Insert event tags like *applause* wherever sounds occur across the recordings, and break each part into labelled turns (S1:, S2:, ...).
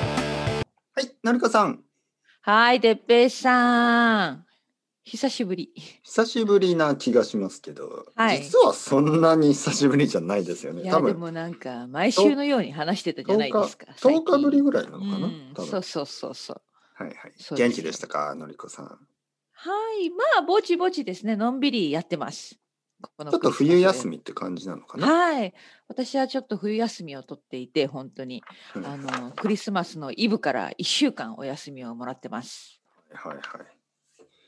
S1: はい、なるかさん、
S2: はい、てっぺいさん。久しぶり。
S1: 久しぶりな気がしますけど、
S2: はい
S1: 実はそんなに久しぶりじゃないですよ
S2: い
S1: ね。
S2: や、
S1: 多
S2: で
S1: 分
S2: もなんか、毎週のように話してたじゃないですか。
S1: 10日ぶり
S2: ぐ
S1: ぐらいなのかな。多
S2: そ
S1: 分
S2: うそうそうそう。
S1: はいはい。
S2: そうです
S1: 元気でしたか、のりこさん。
S2: はい、まあ、ぼちぼちですね。のんびりやってます。この
S1: ちょっと冬休
S2: み
S1: みって感じなのかな。
S2: はい。私はちょっと冬休みを取っていて、本当に。
S1: うんは
S2: あ
S1: い
S2: の、クリスマスのイブから1週間お休みをもらってます。
S1: はいはい。
S2: うん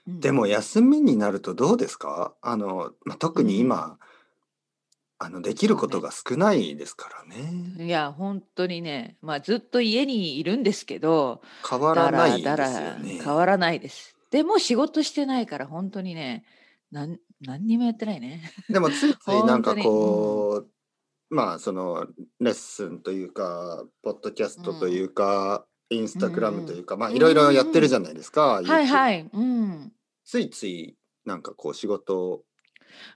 S1: でも休みになるとどうですか？あの、まあ、特に今、あのできることが少ないですからね。
S2: いや、本当にね、まあ、ずっと家にいるんですけど、
S1: 変わらないですよね。
S2: 変わらないです。でも仕事してないから本当にね、なん何にもやってないね。
S1: でもつい
S2: *laughs*
S1: ついなんか
S2: 本
S1: こう、まあそのレッスンというかポッドキャストというか、インスタグラムというか、まあいろいろやってるじゃないですか、、
S2: はいはいい、うん、
S1: ついついなんかこう仕事を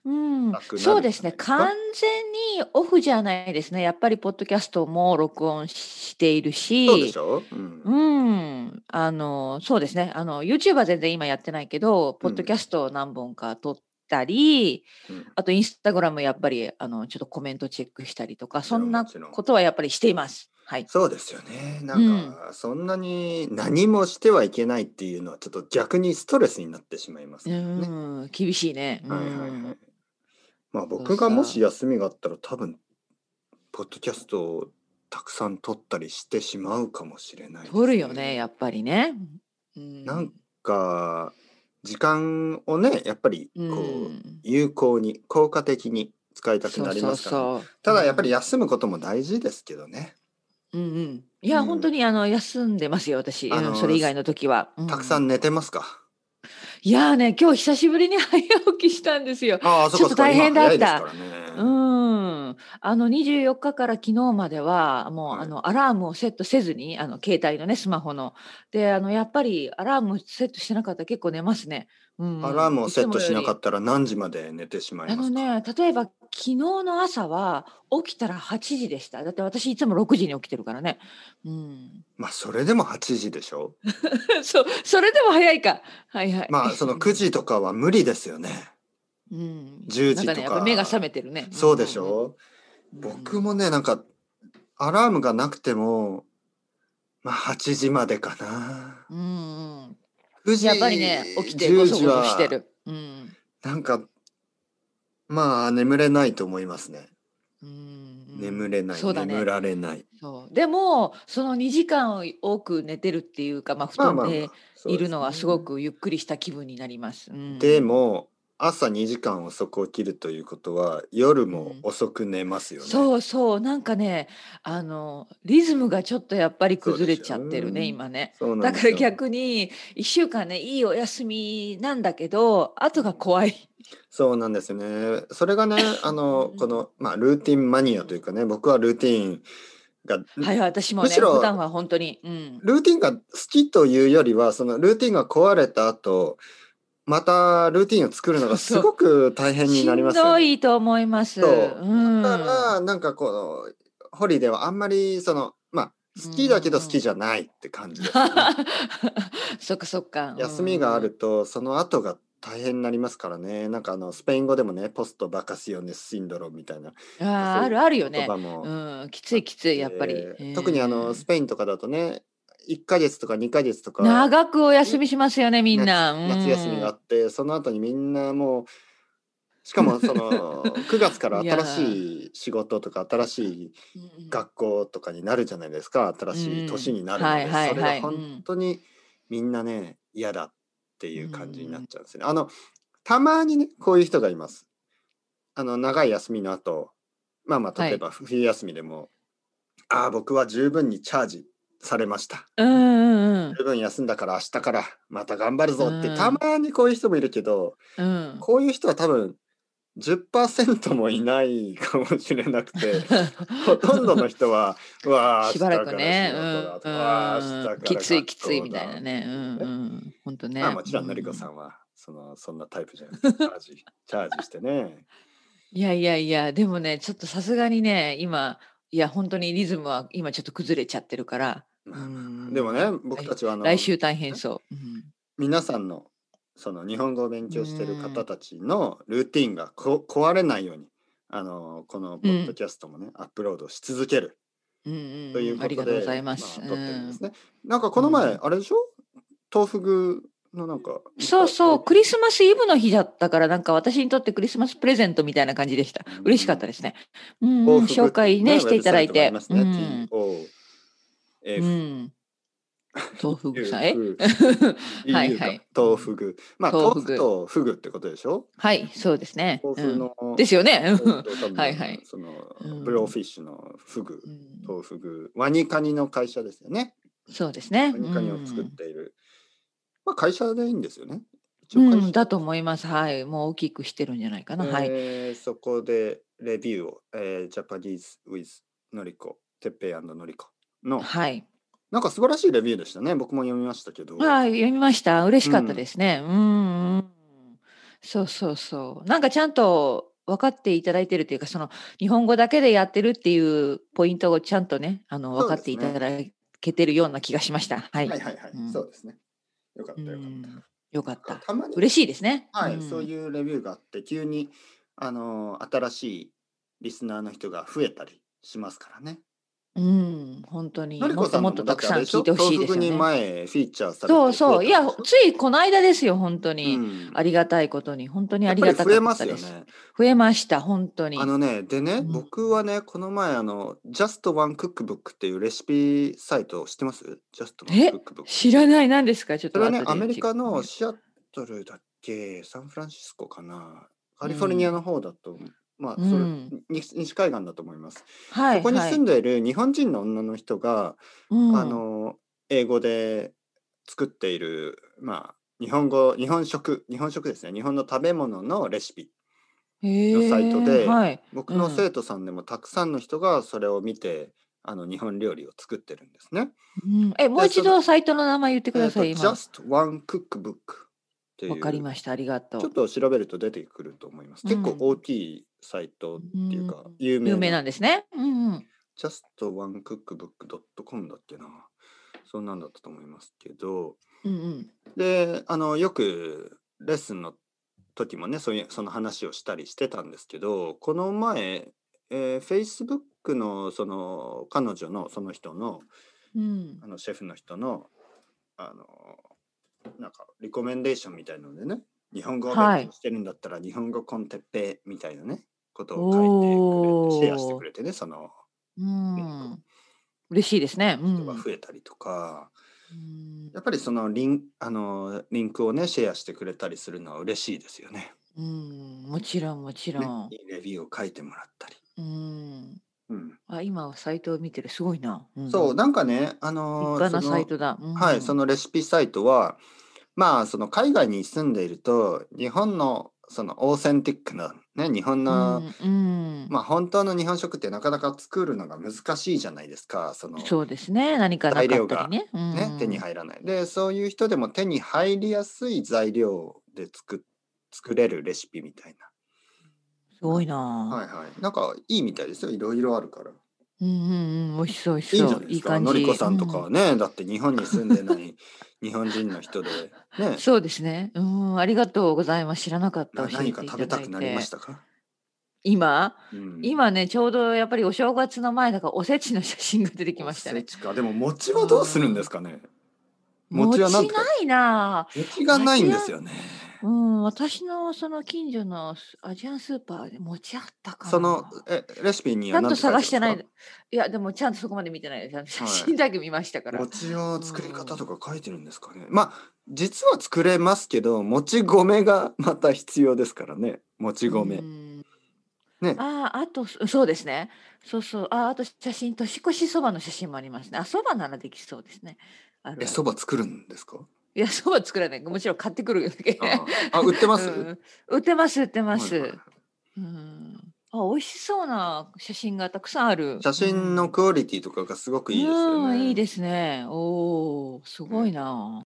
S2: うん
S1: なくなるんじゃないです、か
S2: そうですね。完全にオフじゃないですね。やっぱりポッドキャストも録音しているし、
S1: そうでしょ、うん
S2: うん、あのそうですね。あの YouTube は全然今やってないけど、ポッドキャストを何本か撮ったり、
S1: うん
S2: あとインスタグラムやっぱりあのちょっとコメントチェックしたりとか、そんな
S1: もちろん
S2: ことはやっぱりしています。はい。
S1: そうですよねなんかそんなに何もしてはいけないっていうのはちょっと逆にストレスになってしまいますか
S2: う
S1: らね。
S2: ん、厳しいね。
S1: はいはい
S2: うん
S1: はい。まあ僕がもし休みがあったら多分ポッドキャストをたくさん撮ったりしてしまうかもしれないです、
S2: 取るよね、やっぱりね。うん
S1: なんか時間をねやっぱりこう、
S2: うん
S1: 有効に効果的に使いたく
S2: そ
S1: な
S2: う
S1: り
S2: そ
S1: ま
S2: う
S1: すからね、
S2: そう。
S1: ただやっぱり
S2: うん
S1: 休むことも大事ですけどね、
S2: うんうん。いや、
S1: うん
S2: 本当にあの休んでますよ、私。
S1: あの
S2: うんそれ以外の時は。う
S1: たくさん。寝てますか、
S2: いやーね、今日久しぶりに早起きしたんですよ。
S1: ああそこそこ
S2: ちょっと大変だった
S1: 今早いですからね、
S2: うん。あの24日から昨日までは、もう、
S1: はい
S2: あのアラームをセットせずに、あの携帯のね、スマホの。で、あのやっぱりアラームセットしてなかったら結構寝ますね。うん、
S1: アラームをセットしなか
S2: った
S1: ったら何時まで寝てしまい
S2: あ
S1: ま
S2: の
S1: すか、
S2: ね、例えば昨日の朝は起きたら8時でした。だって私いつも6時に起きてるからね。うん。
S1: まあそれでも8時でしょ
S2: *laughs* そう、それでも早いか。はいはい。
S1: まあその9時とかは無理ですよね。
S2: *laughs* うん。
S1: 10時
S2: なんね、
S1: と
S2: や
S1: か
S2: っぱ目が覚めてるね。
S1: そうでしょ、う
S2: うん
S1: 僕もねなんかアラームがなくてもまあ8時までかな。
S2: うんうん。うん
S1: 9
S2: うん。
S1: 時
S2: やっぱりね、起きて
S1: 10
S2: ゴ
S1: 時
S2: ソゴソ
S1: は
S2: してる。うん。
S1: なんかまあ眠れないと思いますね。
S2: うん
S1: 眠れない、
S2: そうだね
S1: 眠られない。
S2: そうでもその2時間多く寝てるっていうか、まあ、布団でいるのはすご。くゆっくりした気分になります。うん
S1: でも朝2時間遅く起きるということは夜も遅く寝ますよね。
S2: そうそうなんかねあのリズムがちょっとやっぱり
S1: そうでしょ
S2: 崩れちゃってるね今ね。
S1: そうなん
S2: だ
S1: で
S2: か
S1: す
S2: ら
S1: よ
S2: 逆に1週間ねいいお休みなんだけど後が怖い。
S1: そうなんですよね。それが
S2: *laughs*
S1: ね、あの
S2: う、ん
S1: この、まあ、ルーティンマニアというかね、僕はルーティンが、
S2: はい私も
S1: む
S2: ね
S1: しろ
S2: 普段は本当に、うん、
S1: ルーティンが好きというよりは、そのルーティンが壊れた後、またルーティンを作るのがすごく大変に
S2: し
S1: なり
S2: ん
S1: ますよ
S2: ど
S1: ね。
S2: いと思います。
S1: そう
S2: うん、
S1: だから、なんかこう、ホリデーはあんまり、その、まあ、好きだけど好きじゃないって感じですよ
S2: *laughs*
S1: ね。
S2: *laughs* そっかそっか。うん
S1: 休みがあると、その後が大変になりますからね。なんかあの、スペイン語でもね、ポストバカシオネスシンドロームみたいな
S2: あ
S1: そうい
S2: ー
S1: う
S2: あるあるよ
S1: 言
S2: ね。
S1: 葉も
S2: うん、きついきついやっぱり、
S1: えー特にあ
S2: う
S1: の
S2: ん
S1: スペインとかだとね1ヶ月とか2ヶ月とか
S2: 長くお休みしますよねみんな
S1: 夏夏休みがあって、その後にみんなもうしかもそ *laughs* の9月から新しい仕事とか新しい学校とかになるじゃないですか新しい年になるので、
S2: うんはいはい
S1: それが
S2: はい
S1: 本当にみんなね嫌だっていう感じになっちゃうんですね。あのたまにねこういう人がいます。あの長い休みの後まあまあ
S2: はい
S1: 例えば冬休みでも、ああ僕は十分にチャージされました
S2: うんうん
S1: 十分休んだから明日からまた頑張るぞって、
S2: うん
S1: たまにこういう人もいるけど
S2: うんうん
S1: こういう人は多分10%もいないかもしれなくて。 *laughs*
S2: *laughs*
S1: ほとんどの人は、うわあ、
S2: しばらくね、
S1: 明
S2: う
S1: 日から仕事だと
S2: ん
S1: かうわあ明日
S2: う
S1: か
S2: ん
S1: ら、
S2: きついきついみ
S1: 学校
S2: た
S1: だ
S2: いなね、うんうん、本当ね。
S1: まあもちろん、のりこさんは、その、そんなタイプじゃないですか。チャージ、
S2: *laughs*
S1: チャージしてね。
S2: いやいやいや、でもね、ちょっとさすがにね、今、いや、本当にリズムは今ちょっと崩れちゃってるから、
S1: まあまあでもね僕たちはあの
S2: 来週大変そう。うん
S1: 皆さんのその日本語を勉強してる方たちのルーティンがこ壊れないようにあのこのポッドキャストもね、アップロードし続ける
S2: うんうんうん
S1: という
S2: あ
S1: こ
S2: り
S1: と
S2: がとうご
S1: で、
S2: ざいます。
S1: あ撮ってるんです
S2: うん
S1: ね。なんかこの前、
S2: うん
S1: あれでしょ豆腐具のなんか
S2: そうそう、クリスマスイブの日だったから、なんか私にとってクリスマスプレゼントみたいな感じでした
S1: うん。
S2: 嬉しかったですね。うん、
S1: 豆腐具
S2: 紹介ね、していただいて。
S1: ウェブサ
S2: う
S1: イトがあり
S2: ん、
S1: TOFU
S2: うん。豆腐具さん、え
S1: *laughs*
S2: は
S1: はいい
S2: はい
S1: 豆腐具まあ
S2: 豆
S1: 豆
S2: 腐具
S1: 腐とフグってことでしょ
S2: はい、そうですね。
S1: 豆腐の、
S2: うんですよね。うん
S1: 多分
S2: はいはい
S1: その
S2: うん
S1: ブローフィッシュのフグ
S2: うん
S1: 豆腐具ワニカニの会社ですよね
S2: そうですね。
S1: ワニカニを作っている、まあ会社でいいんですよね一
S2: う
S1: 応
S2: ん
S1: 会社
S2: うん、だと思います。はい、もう大きくしてるんじゃないかな。はい。
S1: えーそこでレビューを、えー、ジャパニーズ・ウィズ・ノリコ、テッペイノリコの、
S2: はい。
S1: なんか素晴らしいレビューでしたね。僕も読みましたけど。
S2: はい、読みました。嬉しかったですね。うん、うんうん、そうそうそう。なんかちゃんと分かっていただいてるというか、その日本語だけでやってるっていうポイントをちゃんとね、あの
S1: そ
S2: 分
S1: う
S2: か
S1: ですね
S2: っていただけてるような気がしました。はい。
S1: はいはいはい、
S2: うん
S1: そうですね。よかったよか
S2: う
S1: っ。
S2: んよかったた。
S1: たまに、
S2: 嬉しいですね。
S1: はい、
S2: ん
S1: そういうレビューがあって、急に、あのー新しいリスナーの人が増えたりしますからね。
S2: うん、本当に。
S1: のり
S2: も
S1: こ
S2: っ
S1: さ
S2: と
S1: ん
S2: も
S1: の
S2: っと
S1: だっ
S2: たく
S1: てあ
S2: さん
S1: れでしょ
S2: 聞いてほしいですよ
S1: 豆腐に
S2: ね。
S1: 前、フィーチャーされて
S2: そうそう。いや、ついこの間ですよ、本当
S1: い
S2: に。
S1: うん、
S2: ありがたいことに、本当に
S1: や
S2: あ
S1: っ
S2: り
S1: ぱり
S2: がた
S1: 増え
S2: か
S1: ま
S2: った
S1: すよ
S2: です。
S1: ね。
S2: 増えました、本当に。
S1: あのね、でね、
S2: うん
S1: 僕はね、この前、あの、Just One Cookbook っていうレシピサイト知ってます ?Just
S2: え
S1: One Cookbook。
S2: 知ら
S1: い。
S2: ない何ですかちょっ
S1: そ
S2: と
S1: れはね
S2: 後、で
S1: アメリカの
S2: チェッ
S1: シアトルだっけ、サンフランシスコかな、カリフォルニアの方だと、まあ、それ、
S2: うん
S1: 西西海岸だと思います。
S2: クはい
S1: そこに
S2: はい
S1: 住んでいる日本人の女の人が、
S2: うん
S1: あの、英語で作っている、まあ、日本語、日本食、日本食ですね、日本の食べ物のレシピ。のサイトで
S2: へーはい
S1: 僕
S2: う
S1: の
S2: ん
S1: 生徒さんでもたくさんの人がそれを見て、あの日本料理を作ってるんですね。
S2: うん、えもう一
S1: そ
S2: 度サイトの名前言ってください、
S1: えーと Just
S2: 今
S1: One Cookbook っていう
S2: わかりましたありがとう
S1: ちょっと調べると出てくると思います。
S2: うん
S1: 結構大きいサイトっていうか、
S2: うん
S1: 有名
S2: 有名
S1: な
S2: なんですねうんうん
S1: Just One Cookbook.com だっけな。そんなんだったと思いますけど、
S2: うんうん
S1: であのよくレッスンの時もねそういうその話をしたりしてたんですけどこの前、えー、Facebook のその彼女のその人の
S2: うん
S1: あのシェフの人のあのなんかリコメンデーションみたいのでね日本語を
S2: はい
S1: 勉強してるんだったら日本語コンテッペみたいなねことを書いてくれてシェアしてくれてねその
S2: うん嬉しいですねう
S1: 人
S2: ん
S1: が増えたりとか、
S2: うん
S1: やっぱりそのリンあのリンクをねシェアしてくれたりするのは嬉しいですよね。
S2: うんもちろんもちろ
S1: ね
S2: ん、
S1: いいレビューを書いてもらったり。
S2: うんあ今サイトを見てるすごいな、ん
S1: そう
S2: 立
S1: なんかね、あのー
S2: 派な
S1: その
S2: サイトだ、うん
S1: はい、そのレシピサイトはまあその海外に住んでいると日本のそのオーセンティックな、ね、日本の、
S2: うんうん
S1: まあ、本当の日本食ってなかなか作るのが難しいじゃないですかその、
S2: そうですね何かなかったりね
S1: ね
S2: うん
S1: 手に入らない。でそういう人でも手に入りやすい材料で作っ作れるレシピみたい
S2: すごいな、
S1: な。はいはい、なんかいいみたいですよいろいろあるから。
S2: うんうんうん美味しそう美味
S1: いい
S2: しそ
S1: ん
S2: う
S1: じゃないですか。のりこさんとかはね、だって日本に住んでない日本人の人で、
S2: う
S1: ね
S2: ん、 *laughs* そうですねうんありがとうございます知らなかっ
S1: な
S2: た教え
S1: 何
S2: てい
S1: か
S2: た
S1: 食べた
S2: だ
S1: く
S2: い
S1: なりま
S2: て
S1: したか、
S2: 今
S1: うん
S2: 今ねちょうどやっぱりお正月の前だからおせちの写真が出てきました
S1: おせ
S2: ね
S1: ちかでも餅はどうするんですかね餅
S2: 餅
S1: は
S2: な
S1: なんとか
S2: いな
S1: 餅がないんですよね。
S2: うん私のその近所のスアジアンスーパーで餅あったかな
S1: そのえレシピに
S2: ちゃ
S1: は
S2: んと
S1: 何て書いてあ
S2: 探
S1: るんですか
S2: してないいやでもちゃんとそこまで見てないですあの写
S1: はい
S2: 真だけ見ましたから、
S1: 餅の作り方とか書いてるんですかね。まあ実は作れますけど餅米がまた必要ですからね餅米。
S2: うん
S1: ね
S2: ああ、あと、そそうですね。そうそう。ああ、と写真、年越しそばの写真もありますね。あ、そばならできそうですね。あるあ
S1: え
S2: る
S1: そば作るんですか？
S2: いや、そば作らない。もちろん買ってくるだけ。
S1: ああ売ってます？
S2: *laughs* うん売ってます、売ってます。
S1: はいはいはい
S2: うん。あ、美味しそうな写真がたくさんある。
S1: 写真のクオリティとかがすごくいいですよ
S2: うん
S1: ね。
S2: いいですね。おお、すごいな。